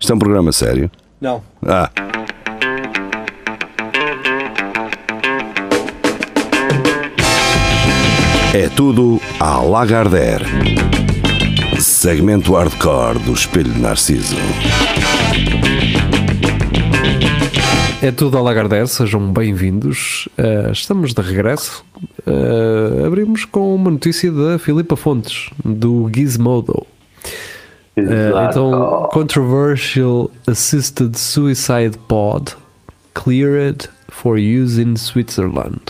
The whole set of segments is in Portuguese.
Isto é um programa sério. Não. Ah, é tudo à Lagardère. Segmento hardcore do Espelho de Narciso. É tudo a Lagardère, sejam bem-vindos. Eh, estamos de regresso. Eh, abrimos com uma notícia da Filipa Fontes, do Gizmodo. Eh, então, Controversial Assisted Suicide Pod Cleared for Use in Switzerland.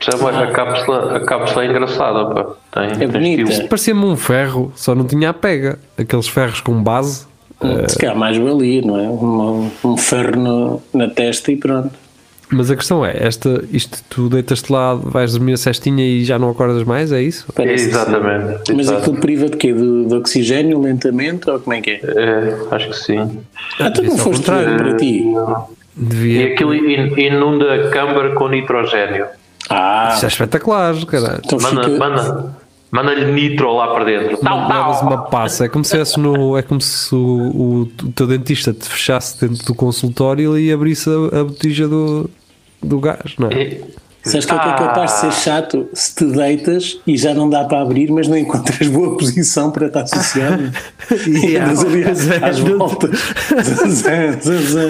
Já vai, a cápsula, a cápsula é engraçada, pá. Tem, tem bonita. estilo. Parecia-me um ferro, só não tinha a pega. Aqueles ferros com base. Hum, Se calhar mais valia, não é? Um, um ferro no- na testa e pronto. Mas a questão é, esta, isto tu deitas-te lá, vais dormir a cestinha e já não acordas mais, é isso? Parece Exatamente. Mas exato. aquilo priva de quê? Do, do oxigênio lentamente ou como é que é? É, acho que sim. Eh, Ah, tu não isso é ao foste ver para ti. E Devia. aquilo in- inunda a câmara com nitrogênio. Ah, Isso é espetacular, caralho. então Manda, fica. manda, manda-lhe nitro lá para dentro. Tal, Levas tal. uma passa, é como se, estivesse no, é como se o, o, o teu dentista te fechasse dentro do consultório e abrisse a, a botija do, do gás, não é? E- Sabes que é que é capaz Ah. de ser chato se te deitas e já não dá para abrir, mas não encontras boa posição para estar associado. e andas ali às, às voltas. Zan, zan, zan.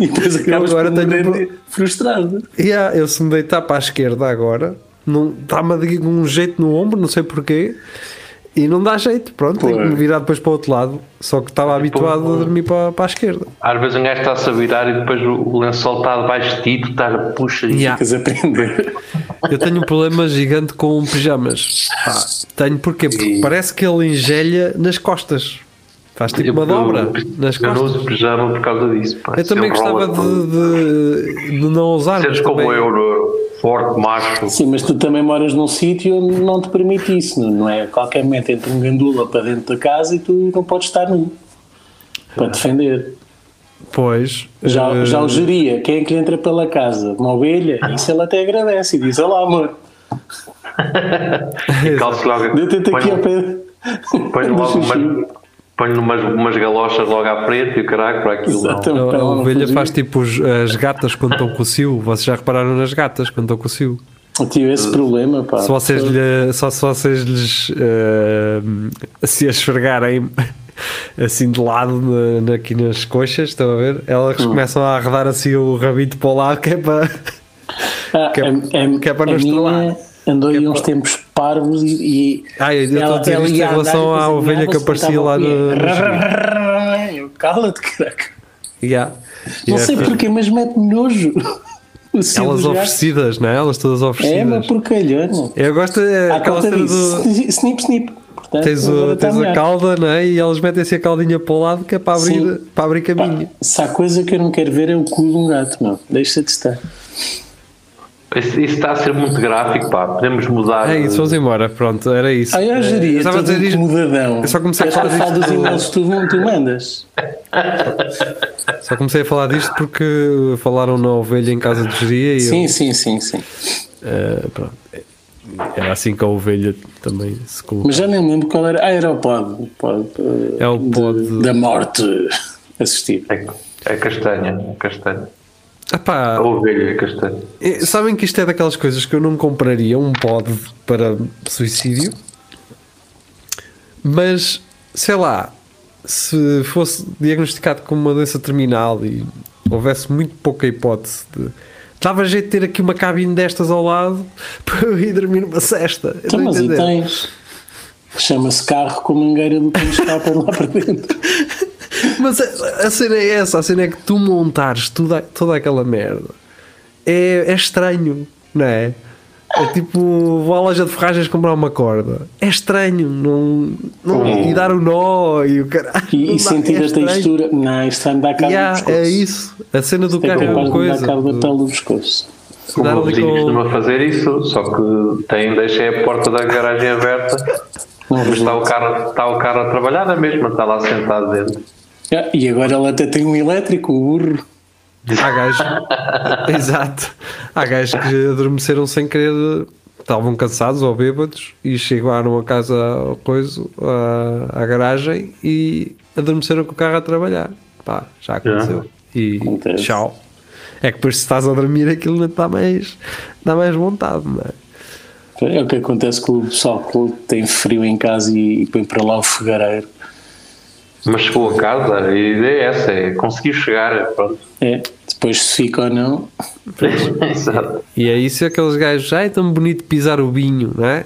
E depois acabas agora agora por tenho um morrer frustrado. E há- eu se me deitar para a esquerda agora, não- dá-me a de- um jeito no ombro, não sei porquê, e não dá jeito, pronto, tenho que me virar depois para o outro lado, só que estava habituado a dormir para, para a esquerda. Às vezes um gajo está-se a virar e depois o o lençol está debaixo de ti, tu estás a puxa e Yeah. Ficas a aprender. Eu tenho um problema gigante com pijamas. Pá, tenho porquê? Porque parece que ele engelha nas costas. Faz tipo uma Eu- dobra eu- nas Eu não costas. uso pijama por causa disso. Pá. Eu também Se gostava enrola-te. de, de, de não usar. Seres mas como também- eu, Nuno. forte, macho. Sim, mas tu também moras num sítio onde não te permite isso, não- não é? A qualquer momento entra um gandula para dentro da casa e tu não podes estar nu. Para defender. Pois. Já, eh, já o geria, quem é que lhe entra pela casa? Uma ovelha? Isso ele até agradece e diz: Olá, amor, E calço logo. deita-te aqui ao põe- um pé. Põe do logo xixi." umas, põe umas, umas galochas logo à frente e o caralho para aquilo. não. Exatamente, a, para a ela não ovelha fugir. faz tipo os- as gatas quando estão com o cio. Vocês já repararam nas gatas quando estão com o cio? Eu tive esse problema, pá. Eh, Se vocês, lhe, só se vocês lhes eh, se as esfregarem assim de lado na- na- aqui nas coxas, estão a ver? Elas Hum. começam a arredar assim o rabito para o lado que é para. Ah, que é- a- a- que é para a nos minha trollar. andou aí uns tempos parvos e. e Ah, é eu estou a dizer isto em ia andar relação e depois à ovelha que alinhava-se, aparecia lá no- no botava o pé. Eu, Cala-te, caraca. Yeah. Não Yeah, sei fiz- porquê, mas mete nojo. O sino é assim. Elas do gato. oferecidas, não é? Elas todas É uma oferecidas. porcalhona. Eu gosto é À aquela conta cena disso. do. Snip, snip. Portanto, Tens, agora o, está tens a melhor. cauda, não é? E eles metem-se a caudinha para o lado que é para abrir, Sim. para abrir caminho. Se há coisa que eu não quero ver é o cu de um gato, não. Deixa de estar. Isso, isso está a ser muito gráfico, pá. Podemos mudar. É isso, vamos embora. Pronto, era isso. Eh, Ah, eu geria, É, estava a todo dizer isto- incomodadão. eu só comecei a Queres falar dos disto- e-mails que tu, tu mandas. Só comecei a falar disto porque falaram na ovelha em casa de geria e Sim, eu, sim, sim, sim. eh, pronto. Era assim que a ovelha também se colocou. Mas já nem lembro qual era. Ah, era o pod. o pod, eh, É o pod. de- da morte assistir. É, é castanha, é castanha. Epá, A ovelha é castanha. eh, sabem que isto é daquelas coisas que eu não compraria um pod para suicídio, mas sei lá, se fosse diagnosticado com uma doença terminal e houvesse muito pouca hipótese de. Dava jeito de ter aqui uma cabine destas ao lado para eu ir dormir numa cesta. Eu Então, estou a mas e entender. tens? Chama-se carro com mangueira do que nos escapa lá para dentro. Mas a, a cena é essa, a cena é que tu montares tudo, a- toda aquela merda. É, é estranho, não é? É tipo, vou à loja de ferragens comprar uma corda. É estranho, não, não- e dar o nó e o caralho. E, e não dá, sentir é a estranho. textura. Não, isto vai me dar cabo E há- do pescoço. é isso, a cena do É carro é capaz uma de me dar coisa. cabo da pele do pescoço. O Dar meu ali vizinho com- costuma fazer isso, só que tem, deixa a porta da garagem aberta. Não Mas está o, resulta. cara, está o cara a trabalhar na mesma, está lá sentado dentro. Ah, E agora ela até tem um elétrico, o burro. Há gajos, exato, há gajos que adormeceram sem querer, estavam cansados ou bêbados e chegaram a casa ao coisa, à, à garagem e adormeceram com o carro a trabalhar. Pá, já aconteceu. E Acontece. tchau. É que depois se estás a dormir aquilo não te dá mais, dá mais vontade, não é? É o que acontece com o pessoal que tem frio em casa e, e põe para lá o fogareiro. Mas chegou a casa, a ideia é essa, é conseguir chegar, pronto. É, depois se fica ou não, Exato. E é isso é aqueles gajos, ai, tão bonito pisar o vinho, não é?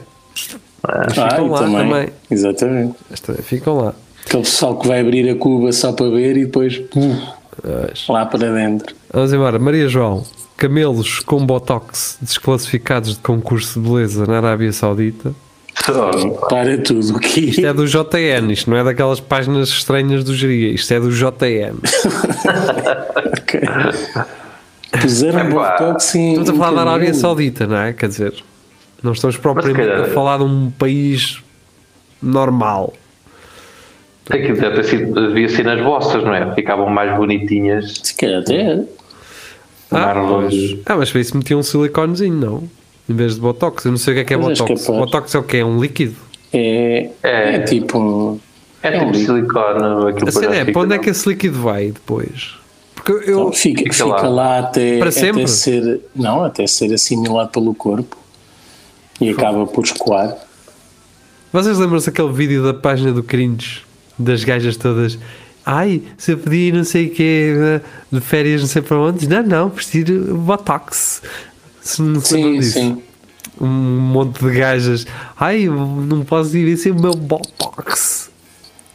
Mas Ah, ficam e lá também. Exatamente. Mas também ficam lá. Aquele pessoal que vai abrir a cuba só para ver e depois puf, Pois. lá para dentro. Vamos embora. Maria João, camelos com botox desclassificados de concurso de beleza na Arábia Saudita. Só- Para tudo o que Isto é do JN, isto não é daquelas páginas estranhas do Geria, isto é do JN. Ok. Puseram um assim Epá. botox em. Estamos a em falar da cabelo. Arábia Saudita, não é? Quer dizer, não estamos propriamente calhar- a falar de um país normal. Aquilo deve ter sido, devia ser nas vossas, não é? Ficavam mais bonitinhas. Se calhar até é. Ah, Árvores. pois. Ah, mas para isso metiam um siliconezinho, não? Em vez de botox, eu não sei o que é que é Mas és botox. capaz. Botox é o que é um líquido. É, É. é tipo. um- É tipo líquido. silicone, aquilo A cena parece é, para onde é não- que esse líquido vai depois? Porque eu, Fica, Fica fica lá. lá, até, Para até sempre? ser. Não, até ser assimilado pelo corpo e acaba por escoar. Vocês lembram-se daquele vídeo da página do Cringe? Das gajas todas. Ai, se eu pedir não sei o quê né, de férias não sei para onde. Não, não, preciso Botox. Se não se lembram Sim, disso. sim. Um monte de gajas. Ai, eu não posso ir sem o meu Botox.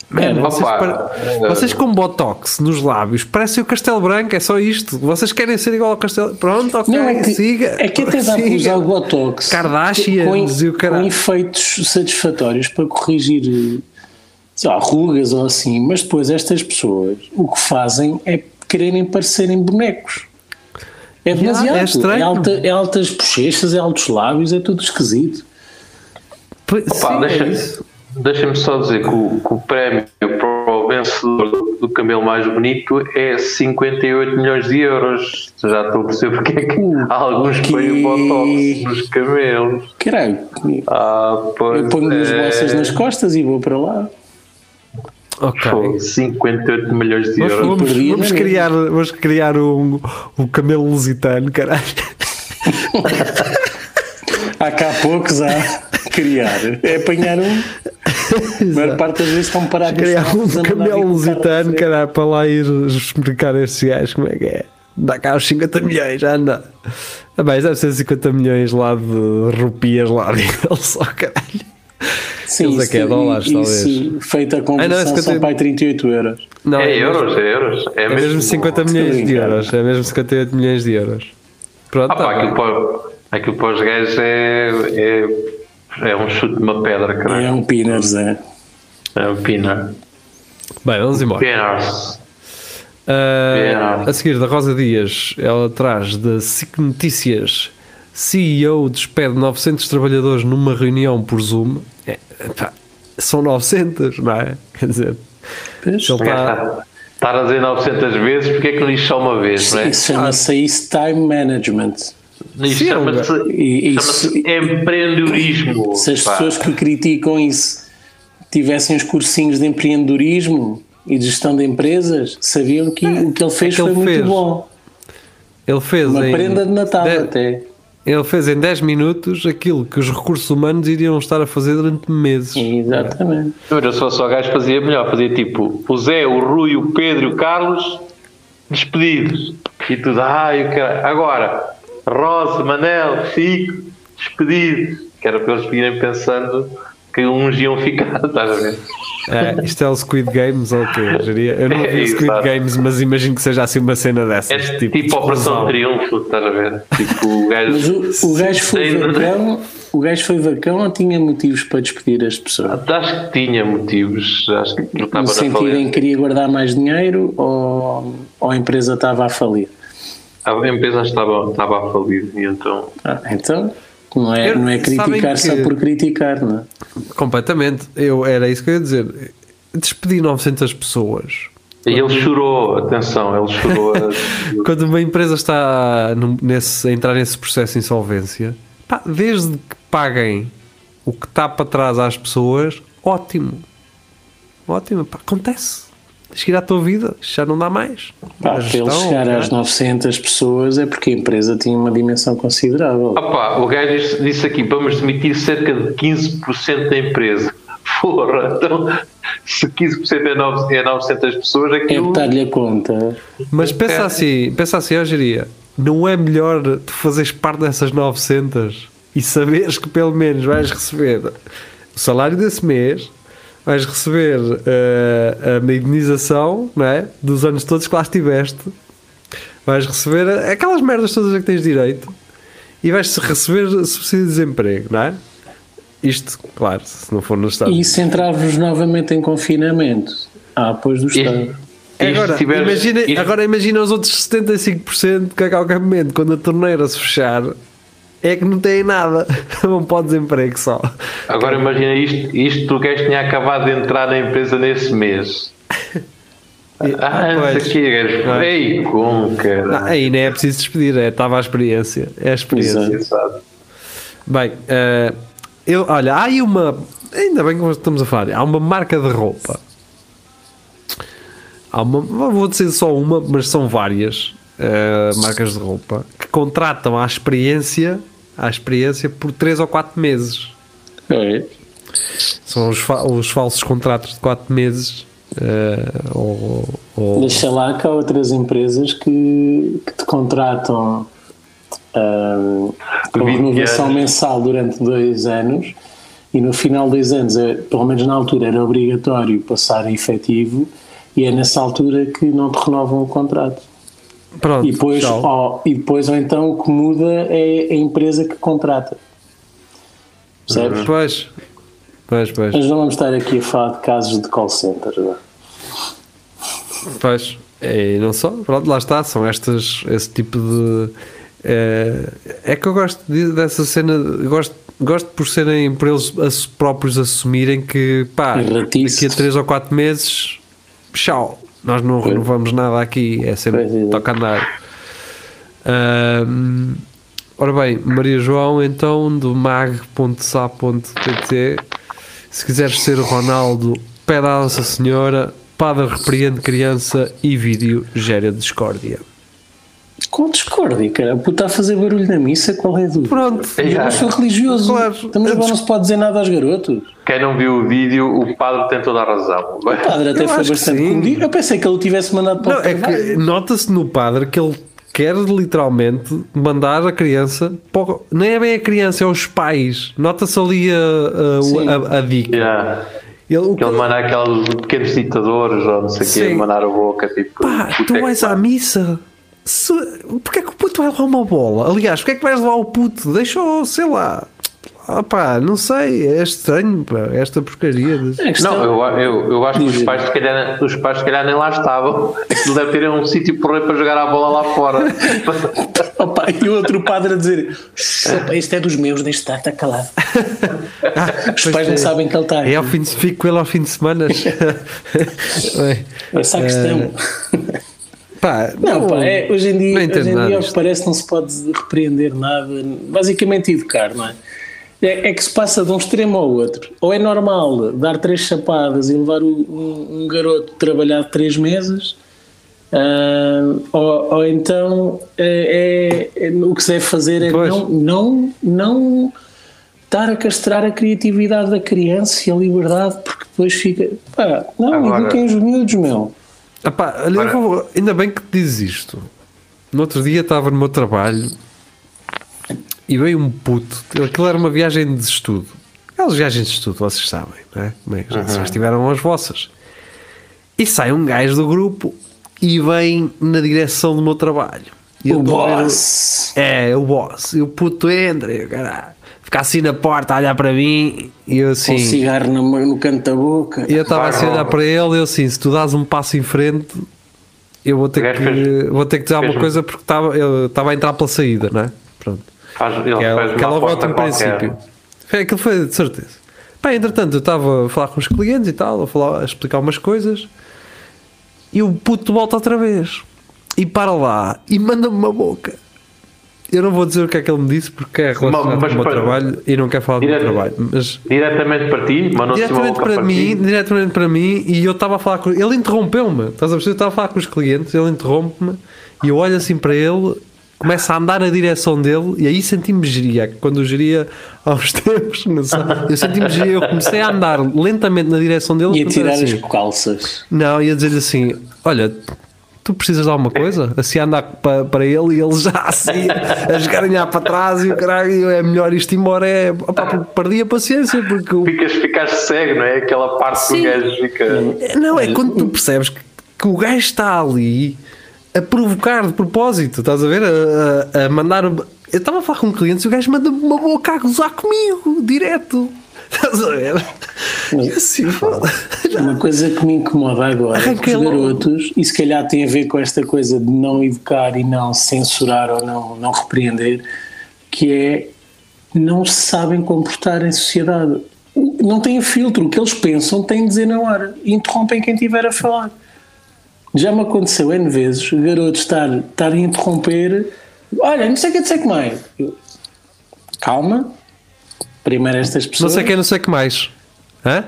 Mano, Era. vocês, É, Opa, é. pare- era. vocês com Botox nos lábios parecem o Castelo Branco, é só isto. Vocês querem ser igual ao Castelo... Pronto, ok, Não, é que, siga. é que até dá para siga. usar o Botox Kardashians com, e o caralho. com efeitos satisfatórios para corrigir eh, sei lá, rugas ou assim, mas depois estas pessoas o que fazem é quererem parecerem bonecos. É demasiado. é É, estranho. alta- é altas bochechas, é altos lábios, é tudo esquisito. Pois, Pá, sim, deixa- é isso. Deixa-me só dizer que o, que o prémio para o vencedor do- do camelo mais bonito é 58 milhões de euros. Já estou a perceber porque é que há alguns que- põem botox nos camelos. Caralho, Ah, pois eu ponho duas é. bolsas nas costas e vou para lá. Ok. Pô, 58 milhões de Nós euros. vamos, perdia, vamos não é? criar, vamos criar um, um camelo lusitano, caralho. Há cá poucos a criar. É apanhar um. A maior parte das vezes estão parados. criar um a andar e camelo com o carro à lusitano, é frente. caralho, para lá ir explicar a estes gajos como é que é. Dá cá os 50 milhões, anda. Ah, bem, deve ser 50 milhões lá de rupias lá dele só, caralho. Sim, Eles é que é isso- dólares, talvez. Feita a conversão, Ah, não, é 50 são para aí 38 euros. Não, É mesmo- euros, é euros. É, É mesmo 50 Estou milhões de brincando. euros. É mesmo 58 milhões de euros. Pronto, Ah, tá pá, bem. aquilo, para, aquilo para os gajos é, é, é um chute de uma pedra, É caralho. um Pinners, é. É um pina. Bem, vamos embora. Pinas. Ah, Yeah. A seguir, da Rosa Dias, ela traz da SIC Notícias: CEO despede 900 trabalhadores numa reunião por Zoom. É, pá, são 900, não é? Quer dizer, ele tá- é tá? está. Estar tá a dizer 900 vezes, porque é que não diz só uma vez, não é? Isso chama-se isso Time Management. Isto Sim, chama-se E- e chama-se empreendedorismo. Se as pá. pessoas que criticam isso tivessem os cursinhos de empreendedorismo e de gestão de empresas, sabiam que o que ele fez é que ele foi muito fez. bom. Ele fez, Uma em, prenda de Natal de- até. ele fez em 10 minutos aquilo que os recursos humanos iriam estar a fazer durante meses. Exatamente. Olha, se fosse só gajo, fazia melhor. Fazia tipo o Zé, o Rui, o Pedro e o Carlos despedidos. E tudo, ai, o cara. Agora, Rose, Manel, Chico, despedidos. Que era para eles virem pensando que uns iam ficar, estás a ver? É, isto é o Squid Games ou o quê? Eu diria- Eu não É vi o Squid Exato. Games, mas imagino que seja assim uma cena É dessas. tipo, de Operação explosão. Triunfo, estás a ver? Tipo, o Mas gajo. o, o gajo foi Ainda- vacão, o gajo foi vacão ou tinha motivos para despedir as Ah, pessoas? Acho que tinha motivos, acho que não estava No na sentido em falência. que queria guardar mais dinheiro ou, ou a empresa estava a falir? A empresa estava, estava a falir e então. Ah, então, não é, Eu- não é sabem criticar só que- por criticar, não é? Completamente. Eu, era isso que eu ia dizer. Despedi 900 pessoas. E ele chorou, atenção, ele chorou. Quando uma empresa está num- nesse, a entrar nesse processo de insolvência, pá, desde que paguem o que está para trás às pessoas, ótimo. Ótimo, pá, acontece. tens que ir à tua vida, isto já não dá mais. Pá, A para ele gestão, né? chegar às 900 pessoas é porque a empresa tinha uma dimensão considerável. Opa, o gajo disse, disse aqui: vamos demitir cerca de 15% da empresa. Porra, então se 15% é, 9, é 900 pessoas, É aquilo. dar-lhe a conta. Mas pensa assim, pensa assim, eu diria, não é melhor tu fazeres parte dessas 900 e saberes que pelo menos vais receber o salário desse mês, vais receber eh, a indenização não é? dos anos todos que lá estiveste, vais receber aquelas merdas todas a que tens direito e vais receber subsídio de desemprego, não é? Isto, claro, se não for no Estado. E isso entrava-vos novamente em confinamento. Ah, pois do Estado. E se É Agora tiveres- imagina, e se- agora imagina os outros 75% que a qualquer momento, quando a torneira se fechar, é que não têm nada. Vão para o desemprego só. Agora imagina isto, isto o gajo tinha acabado de entrar na empresa nesse mês. Ah, não sei Pois. o que, gajo. Pois. Ei, como, cara. Não, aí nem é preciso despedir, é, estava a experiência. É a experiência. Exato. Exato. Bem, eh, eu, olha, há aí uma. Ainda bem que estamos a falar. Há uma marca de roupa. Há uma, vou dizer só uma, mas são várias eh, marcas de roupa que contratam a experiência, à experiência por 3 ou 4 meses. É. São os, fa- os falsos contratos de 4 meses. eh, ou, ou- Deixa lá que há outras empresas que, que te contratam ahm, com 20 renovação anos. mensal durante dois anos e no final dos anos, é, pelo menos na altura, era obrigatório passar a efetivo e é nessa altura que não te renovam o contrato. pronto, E depois, Ah, tchau. ó, e depois ou então o que muda é a empresa que contrata. Percebes? Pois, pois, pois. Mas não vamos estar aqui a falar de casos de call center. não é? Pois, É, e não só, pronto, lá está, são estas, esse tipo de. eh, É, que eu gosto de- dessa cena, de- gosto, gosto por serem, por eles ass- próprios assumirem que, pá, E ratices. daqui a 3 ou 4 meses, tchau, nós não renovamos nada aqui, é sempre Pois é. toca andar. Ahm, ora bem, Maria João, então, do mag.sa.pt, se quiseres ser o Ronaldo, pede à Nossa Senhora, Pada repreende criança e vídeo gera discórdia. Com discórdia, cara. O puto está a fazer barulho na missa, qual é a dúvida? Pronto. Eu sou religioso. Claro. é Estamos agora não é? se pode dizer nada aos garotos. Quem não viu o vídeo, o padre tem toda a razão. O padre até Eu foi acho que bastante sim. comedido. Eu pensei que ele o tivesse mandado para Não, o é caralho. que nota-se no padre que ele quer literalmente mandar a criança para o- Nem é bem a criança, é os pais. Nota-se ali a, a- Sim. a- a dica. Yeah. Ele, o Que que- ele manda aqueles pequenos ditadores ou não sei o Sim. que, mandar a boca, tipo. Pá, puto tu é que vais pá. à missa. Se, porque é que o puto vai levar uma bola? Aliás, porque é que vais levar o puto? Deixa-o, sei lá. Ah, pá, não sei. É estranho, pá, esta porcaria. de- A questão- Não, eu, eu, eu acho que os Diz-me. pais, se calhar, os pais se calhar nem lá estavam. Ele deve ter um sítio porreiro para jogar a bola lá fora. Opa, e o outro padre a dizer: "Shh, opa, Isto é dos meus, deixe estar, está calado. Ah, Os pois pais não é. sabem que ele está. É ao fim de, fico com ele ao fim de semana. Bem, Essa é Eh, a questão. pá, Não, pá, é, hoje em dia, não hoje entendo em nada dia ao que disto. parece não se pode repreender nada, basicamente educar, não é? É, é que se passa de um extremo ao outro. Ou é normal dar três chapadas e levar o- um, um garoto trabalhado três meses, ah, ou, ou então é, é- é- o que se deve fazer é Pois. não, não, não estar a castrar a criatividade da criança e a liberdade, porque depois fica. Pá, não, Agora- eduquem os miúdos, meu. Ah, pá, olha, eu vou- ainda bem que te dizes isto. No outro dia estava no meu trabalho e veio um puto. Aquilo era uma viagem de estudo. Aquelas viagens de estudo, vocês sabem, não é? Bem, já, já tiveram as vossas. E sai um gajo do grupo e vem na direção do meu trabalho. E eu O estou a ver- boss. É, o boss. E o puto entra, e o cara fica assim na porta a olhar para mim e eu Com um assim. cigarro na mão- no canto da boca. E eu estava assim a olhar para ele e eu assim: se tu dás um passo em frente, eu vou ter gajo que, fez- vou ter que dizer alguma fez- coisa porque estava, ele estava a entrar pela saída, não é? Pronto. Faz, ele Que faz é, que é uma logo aposta ótimo qualquer. princípio. Foi, aquilo foi de certeza. Pá, entretanto, eu estava a falar com os clientes e tal, a, falar, a explicar umas coisas e o puto volta outra vez e para lá e manda-me uma boca. Eu não vou dizer o que é que ele me disse porque é relacionado Mas- com mas o meu para- trabalho e não quero falar do meu Direto- trabalho. Mas Diretamente para ti, mas não se diretamente maluca para ti. mim, diretamente para mim, e eu estava a falar com ele interrompeu-me. Estás a perceber? Eu estava a falar com os clientes, ele interrompe-me e eu olho assim para ele, começo a andar na direção dele e aí senti-me geria. Quando eu geria há uns tempos, não sei, eu senti-me geria, eu comecei a andar lentamente na direção dele E a portanto, tirar assim, as calças. não, ia dizer-lhe assim: Olha, tu precisas de alguma coisa? Assim a andar para, para ele e ele já assim a esgarinhar para trás e o caralho, eu, é melhor isto ir embora. É, opá, porque perdi a paciência porque. o- Ficas, ficas cego, não é? Aquela parte Sim. que o gajo fica. Não, é quando tu percebes que, que o gajo está ali a provocar de propósito, estás a ver? A, a- a mandar. Eu estava a falar com clientes e o gajo manda-me uma boca a gozar comigo, direto. Estás a ver? E assim, Uma coisa que me incomoda agora é que os Arranquei logo. garotos, e se calhar tem a ver com esta coisa de não educar e não censurar ou não, não repreender, que é não se sabem comportar em sociedade. O- Não têm filtro. O que eles pensam têm de dizer na hora. E interrompem quem tiver a falar. Já me aconteceu N vezes o garoto estar, estar a interromper. Olha, não sei o que dizer que mais. Eu, Calma. Primeiro estas não pessoas. sei quem, não sei o que é mais. Hã?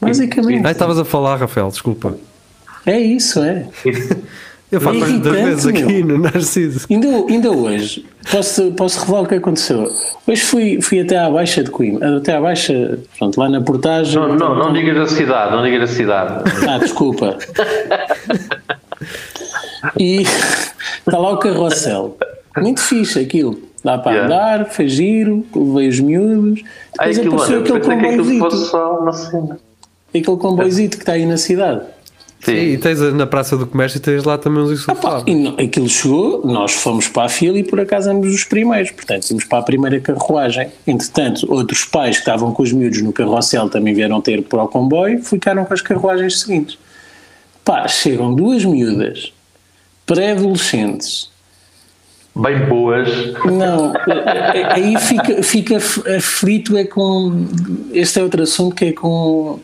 Basicamente. Ah, estavas a falar, Rafael, desculpa. É isso, é. Eu falo É mais duas irritante, vezes aqui no Narciso. Ainda, ainda hoje, posso, posso revelar o que aconteceu. Hoje fui, fui até à Baixa de Coimbra, até à Baixa, pronto, lá na portagem. Não, não, não digas a cidade, não digas a cidade. Ah, desculpa. e está lá o carrossel. Muito fixe aquilo. Dá para Yeah. andar, fez giro, levei os miúdos. Ai, Depois aquilo, apareceu olha, aquele pensei que aquilo comboizito. fosse só uma cena. Aquele comboizito que está aí na cidade. E Sim. tens a- na Praça do Comércio e tens lá também uns Pá, insultados. e no- aquilo chegou, nós fomos para a fila e por acaso éramos os primeiros, portanto íamos para a primeira carruagem. Entretanto, outros pais que estavam com os miúdos no carrossel também vieram ter para o comboio, ficaram com as carruagens seguintes. Pá, chegam duas miúdas, pré-adolescentes. Bem boas. Não, eh, eh, aí fica, fica af- aflito é com, este é outro assunto que é com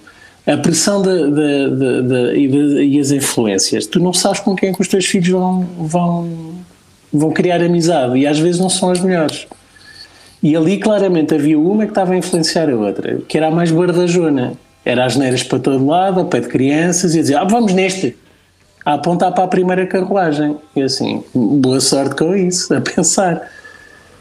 a pressão da, da- da- da- e, da- e as influências. Tu não sabes com quem é que os teus filhos vão, vão, vão criar amizade e às vezes não são as melhores. E ali claramente havia uma que estava a influenciar a outra, que era a mais bardajona. Era as neiras para todo lado, ao pé de crianças, e a dizer, ah, vamos neste, a apontar para a primeira carruagem. E assim, boa sorte com isso, a pensar.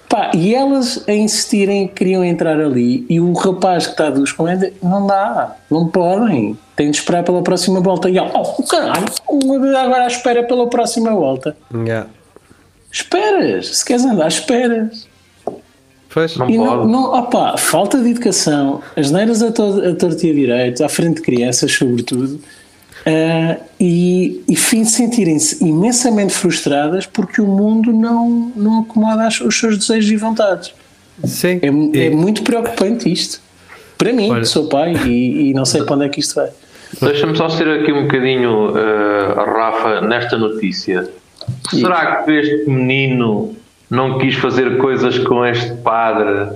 Pá, e elas a insistirem que queriam entrar ali e o rapaz que está dos comandos não dá, não podem, têm de esperar pela próxima volta. E ela, oh caralho, agora à espera pela próxima volta. Yeah. Esperas, se queres andar, esperas. Pois. Não E não, pode. não, opá, falta de educação, as neiras a, todo, a torto e a direito, à frente de crianças, sobretudo, ah, e, e fim de sentirem-se imensamente frustradas porque o mundo não, não acomoda as- os seus desejos e vontades. Sim. É, mu- é E- muito preocupante isto. Para mim, Olha. que sou pai e, e não sei para onde é que isto vai. Deixa-me só ser aqui um bocadinho, eh, Rafa, nesta notícia. Será que este menino não quis fazer coisas com este padre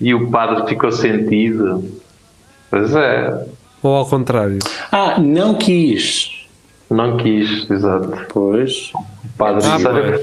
e o padre ficou sentido? Pois é, Ou ao contrário. Ah, não quis. não quis, exato. Pois. O padre Ah, disse, pois.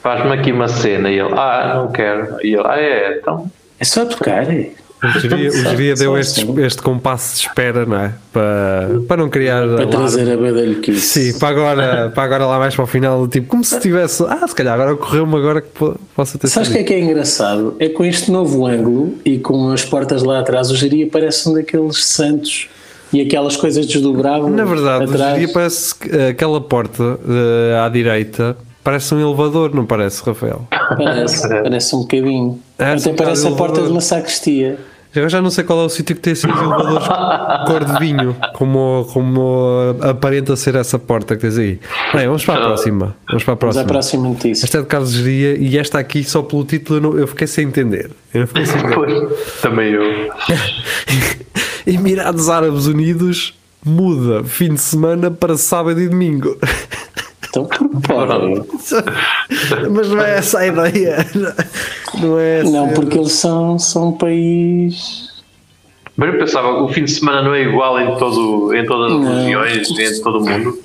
faz-me aqui uma cena e ele, ah, não quero. E ele, ah, é, então. É só tocar. é? O geria, o geria Só deu assim. este, este compasso de espera, não é? Para, para não criar. Para alarme. trazer a badalhoquice. Sim, para agora, para agora lá mais para o final, tipo, como se tivesse. Ah, se calhar agora ocorreu-me agora que po- possa ter Sabes o sido. que é que é engraçado? É com este novo ângulo e com as portas lá atrás, o Jeria parece um daqueles santos e aquelas coisas desdobravam Na verdade, atrás. o geria parece que eh, aquela porta eh, à direita parece um elevador, não parece, Rafael? parece, parece um bocadinho. É, Até um parece a bocado porta de elevador. uma sacristia. Eu já não sei qual é o sítio que tem esses elevadores cor de vinho, como, como aparenta ser essa porta que tens aí. Bem, vamos para a próxima. Vamos para a Mas a próxima. próxima notícia. Esta é de Carlos Geria e esta aqui, só pelo título, eu, não- eu fiquei sem entender. Eu fiquei sem entender. Pois, também eu. Emirados Árabes Unidos muda fim de semana para sábado e domingo. Então, por porra. Mas não é essa a ideia. Não é essa. Não, porque eles são, são um país. Mas eu pensava, o fim de semana não é igual em, todo, em todas as Não. regiões, em todo o mundo.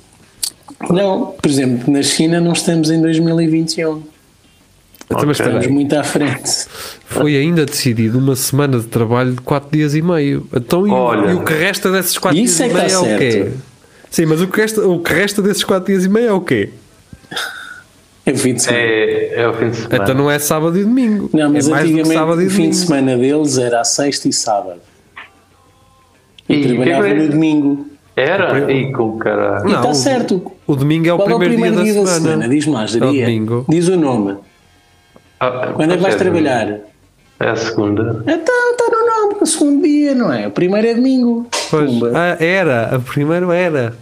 Não, por exemplo, na China não estamos em 2021. Então, mas espera Estamos aí. muito à frente. Foi ainda decidido uma semana de trabalho de 4 dias e meio. Então, e, o- Olha. e o que resta desses 4 dias Isso e é que meio é está o quê? certo. Sim, mas o que, resta, o que resta desses 4 dias e meio é o quê? É o fim de semana. É, é o fim de semana. Então não é sábado e domingo. Não, mas é mais do que sábado antigamente e o fim domingo. de semana deles era a sexta e sábado. E, E que trabalhava coisa. no domingo. Era? Ih, com caralho. E Não, está o- certo. O domingo é o Qual é primeiro, dia, da, semana. Diz-me lá, É o Jaria. domingo. Diz o nome. Ah, Quando é que pois vais é, trabalhar? É a segunda. Então, está no nome, o segundo dia, não é? O primeiro é domingo. Pois, Pumba. ah, era, o primeiro era.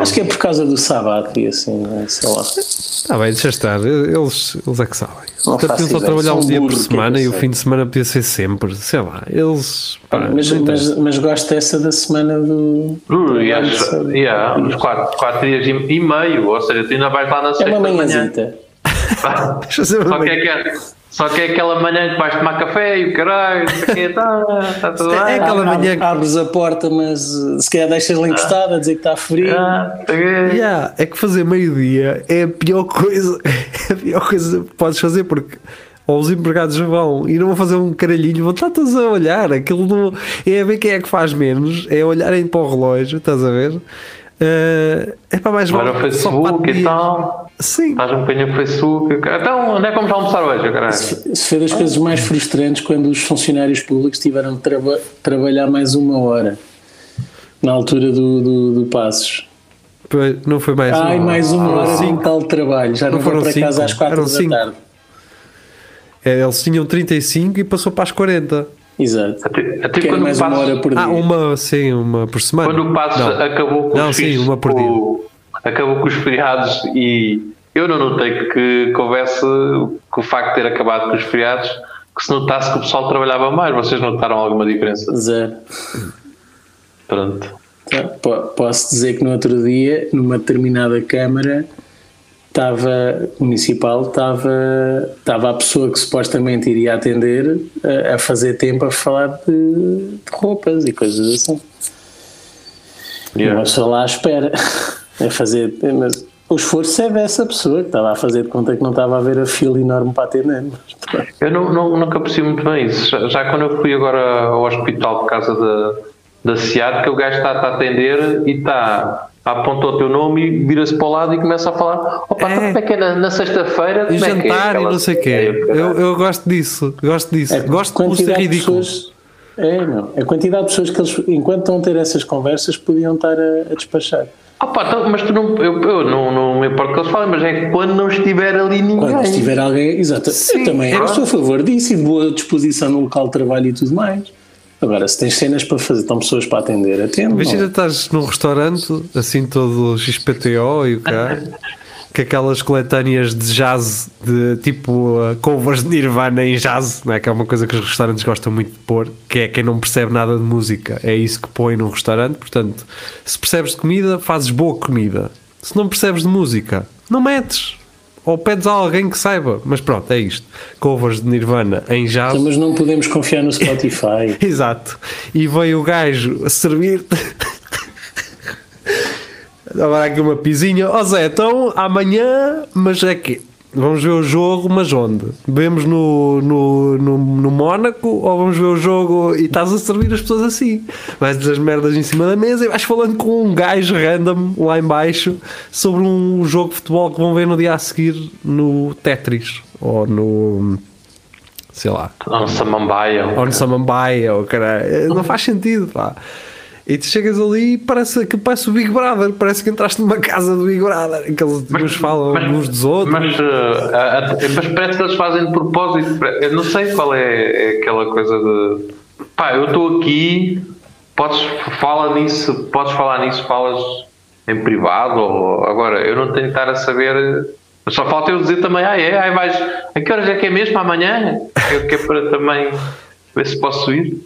Acho que é por causa do sábado e assim, não é? sei lá. Está bem, deixa estar. Eles, eles é que sabem. Não Até faço podiam só ideia, trabalhar são um dia por burros, o que é que semana eu e o sei? fim de semana podia ser sempre. Sei lá, eles. pá, Mas, não interessa. mas, mas gosto dessa da semana do. Uh, e acho- Sábado. yeah, uns 4 dias e, e meio, ou seja, tu ainda vais lá na É sexta uma de manhã. manhãzita. Pá, Deixa eu saber Só que, bem. é aquela, só que é aquela manhã que vais tomar café e o caralho, não sei o quê, tá, tá tudo É- bem. é aquela Abre- manhã que- Abres a porta, mas eh, se calhar deixas-la encostada, a dizer que está frio. Ah, tá bem. Yeah, é que fazer meio-dia é a pior coisa é a pior coisa que podes fazer porque ou os empregados vão e não vão fazer um caralhinho, vão estar todos a olhar, aquilo não, é a ver quem é que faz menos, é olharem para o relógio, estás a ver? Eh, é para mais Agora o vale só quatro Facebook e dias. tal. Sim, Estás um bocadinho no Facebook. Então, onde é que vamos almoçar hoje, caralho? Isso foi das coisas mais frustrantes quando os funcionários públicos tiveram de traba- trabalhar mais uma hora na altura do, do, do Passos. Pois, não foi mais Ai, uma. mais É assim. Foram uma hora de um cinco. tal trabalho. Já Não não, vou foram para cinco, casa às quatro eram da cinco. tarde. É, Eles tinham 35 e passou para as 40. Exato. Até, até Que era é tipo quando, o mais uma Passos- um- hora por dia. Ah, uma, sim, uma por semana. quando o Passos Não. acabou com Não, os sim, fins- uma por dia. com- acabou com os feriados e eu não notei que, que houvesse que o facto de ter acabado com os feriados que se notasse que o pessoal trabalhava mais. Vocês notaram alguma diferença? Zero. Pronto. Tá, po- Posso dizer que no outro dia, numa determinada câmara estava, municipal, estava, estava a pessoa que supostamente iria atender a, a fazer tempo a falar de, de roupas e coisas assim. Yeah. Uma pessoa lá à espera a fazer. Mas o esforço é dessa pessoa que estava a fazer de conta que não estava a ver a fila enorme para atender. Mas, pronto. Eu não, não- nunca percebi muito bem isso. Já, já quando eu fui agora ao hospital por causa da, da ciática, o gajo está-te a atender e está. Aponta o teu nome e vira-se para o lado e começa a falar: opa, É. então como é que é na, na sexta-feira? E como é que é jantar e aquela não sei o quê. ceia, caralho?" Eu, eu gosto disso, gosto disso. gosto de ser É, quantidade de ridículo. pessoas- É, não. A quantidade de pessoas que eles, enquanto estão a ter essas conversas, podiam estar a, a despachar. Ah pá, então, mas tu não, eu, eu não, não me importo que eles falem, mas é que quando não estiver ali ninguém. Quando é estiver alguém. Exato. eu também claro. sou a favor disso e de boa disposição no local de trabalho e tudo mais. Agora, se tens cenas para fazer, estão pessoas para atender, atende. Imagina não é? estás num restaurante assim todo XPTO e o caralho, com aquelas coletâneas de jazz, de tipo uh, covers de Nirvana em jazz, não é? que é uma coisa que os restaurantes gostam muito de pôr, que é quem não percebe nada de música, é isso que põe num restaurante. Portanto, se percebes de comida, fazes boa comida. Se não percebes de música, não metes. Ou pedes a alguém que saiba. Mas pronto, é isto. Covers de Nirvana em jazz. Mas não podemos confiar no Spotify. Exato. E veio o gajo a servir-te. Agora aqui uma pizinha. Ó Zé, então amanhã, mas é que vamos ver o jogo, mas onde? Vemos no, no, no, no Mónaco ou vamos ver o jogo e estás a servir as pessoas assim? Vais dizer as merdas em cima da mesa e vais falando com um gajo random lá em baixo sobre um jogo de futebol que vão ver no dia a seguir no Tetris ou no. sei lá Nossa, mambaia. ou no Samambaia, ou caralho. Eh, Não faz sentido, pá. E tu chegas ali e parece que parece o Big Brother, parece que entraste numa casa do Big Brother, em que eles uns falam uns dos outros. Mas, eh, a- a- mas parece que eles fazem de propósito. Eu não sei qual é, é aquela coisa de pá, eu estou aqui, podes fala nisso, podes falar nisso, falas em privado, ou agora eu não tenho que estar a saber. Só falta eu dizer também, ah é, aí vais, a que horas é que é mesmo amanhã? Que, que é para também ver se posso ir.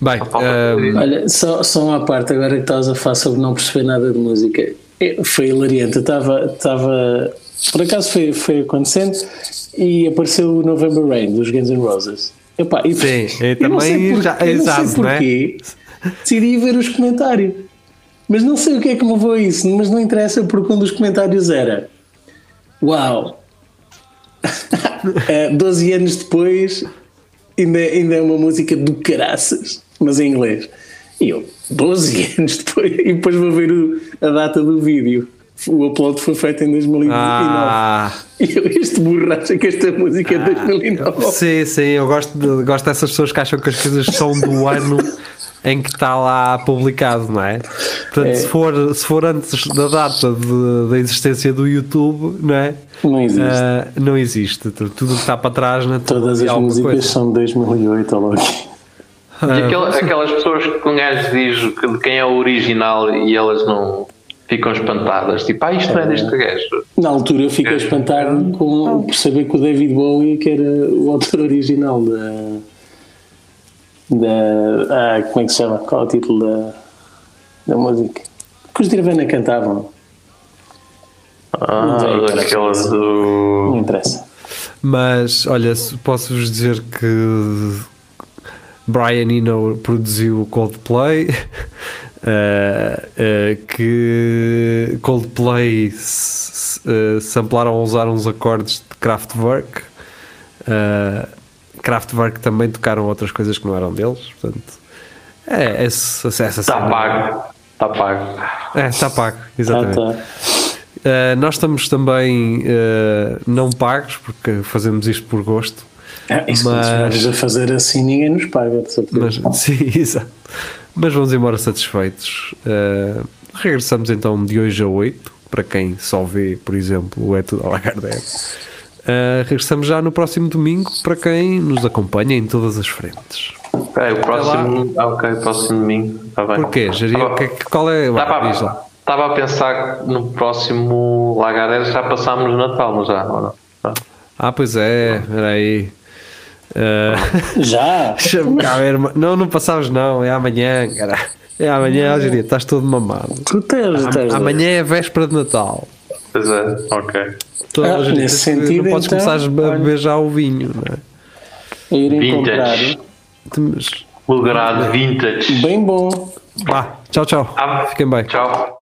Bem, Só falta ah, dizer. Olha, só, só uma parte agora que estás a falar sobre não perceber nada de música. É, Foi hilariante. Eu estava. estava- Por acaso foi, foi acontecendo e apareceu o November Rain dos Guns N' Roses. Epá, e, Sim, e eu não sei também porquê- já- eu não sei exato, não é? porquê, Decidi ver os comentários. Mas não sei o que é que me levou a isso, mas não interessa porque um dos comentários era Uau, Eh, 12 anos depois, ainda, ainda é uma música do caraças, mas em inglês. E eu, 12 anos depois, e depois vou ver o- a data do vídeo. O upload foi feito em 2019. Ah. E eu, este burro acha que esta música é de 2009. Sim, sim, eu gosto, de- gosto dessas pessoas que acham que as coisas são do ano em que está lá publicado, não é? Portanto, Se, for, se for antes da data de- da existência do YouTube, não é? Não existe. Ah, não existe. Tu- Tudo o que está para trás, na Todas as músicas são de 2008 ou logo. E É. aquela- aquelas pessoas que um gajo diz que- de quem é o original e elas não ficam espantadas. Tipo, ah, isto não é deste gajo. Na altura eu fiquei espantado com, por saber que o David Bowie, que era o autor original da. da ah, como é que se chama? Qual é o título da, da música? Que os Nirvana cantavam, Ah, é Não sei, aquelas do. não interessa. Mas olha, se- posso-vos dizer que Brian Eno produziu o Coldplay, eh, eh, que Coldplay s- s- eh, samplaram a usar uns acordes de Kraftwerk. eh, Kraftwerk também tocaram outras coisas que não eram deles, portanto. É, esse- essa, essa Está cena- Tá pago. Está pago. É, está pago, exatamente. Ah, tá. Uh, nós estamos também uh, não pagos, porque fazemos isto por gosto. Ah, e se Mas- continuares a fazer assim, ninguém nos paga, de Mas, certeza. sim, exato. Mas vamos embora satisfeitos. Uh, regressamos então de hoje a 8, para quem só vê, por exemplo, o É Tudo Alagardeiro. Uh, regressamos já no próximo domingo, para quem nos acompanha em todas as frentes. Ok, o próximo. Ah, ok, o próximo domingo. Está bem. Tá Porquê? Jeria, Tava- Tá o que é que- qual é? tava- diz lá. Estava a pensar que no próximo Lagares já passámos o Natal, não já? Ou não? Ah. Ah, pois é, peraí. Uh, Já! Deixa-me cá ver. ma- Não, não passavas não. É amanhã, cara. É amanhã, hoje em dia. Estás todo mamado. Tu tens, tens Amanhã é véspera de Natal. Pois é, ok. Todo Ah, hoje em dia, nesse tu sentido, não podes então, começar a be- olha. beber já o vinho, não é? a irem comprar. Vintage. Mas, Lugar vintage. Bem bom. vá, tchau, tchau. Ah, Fiquem bem. Tchau.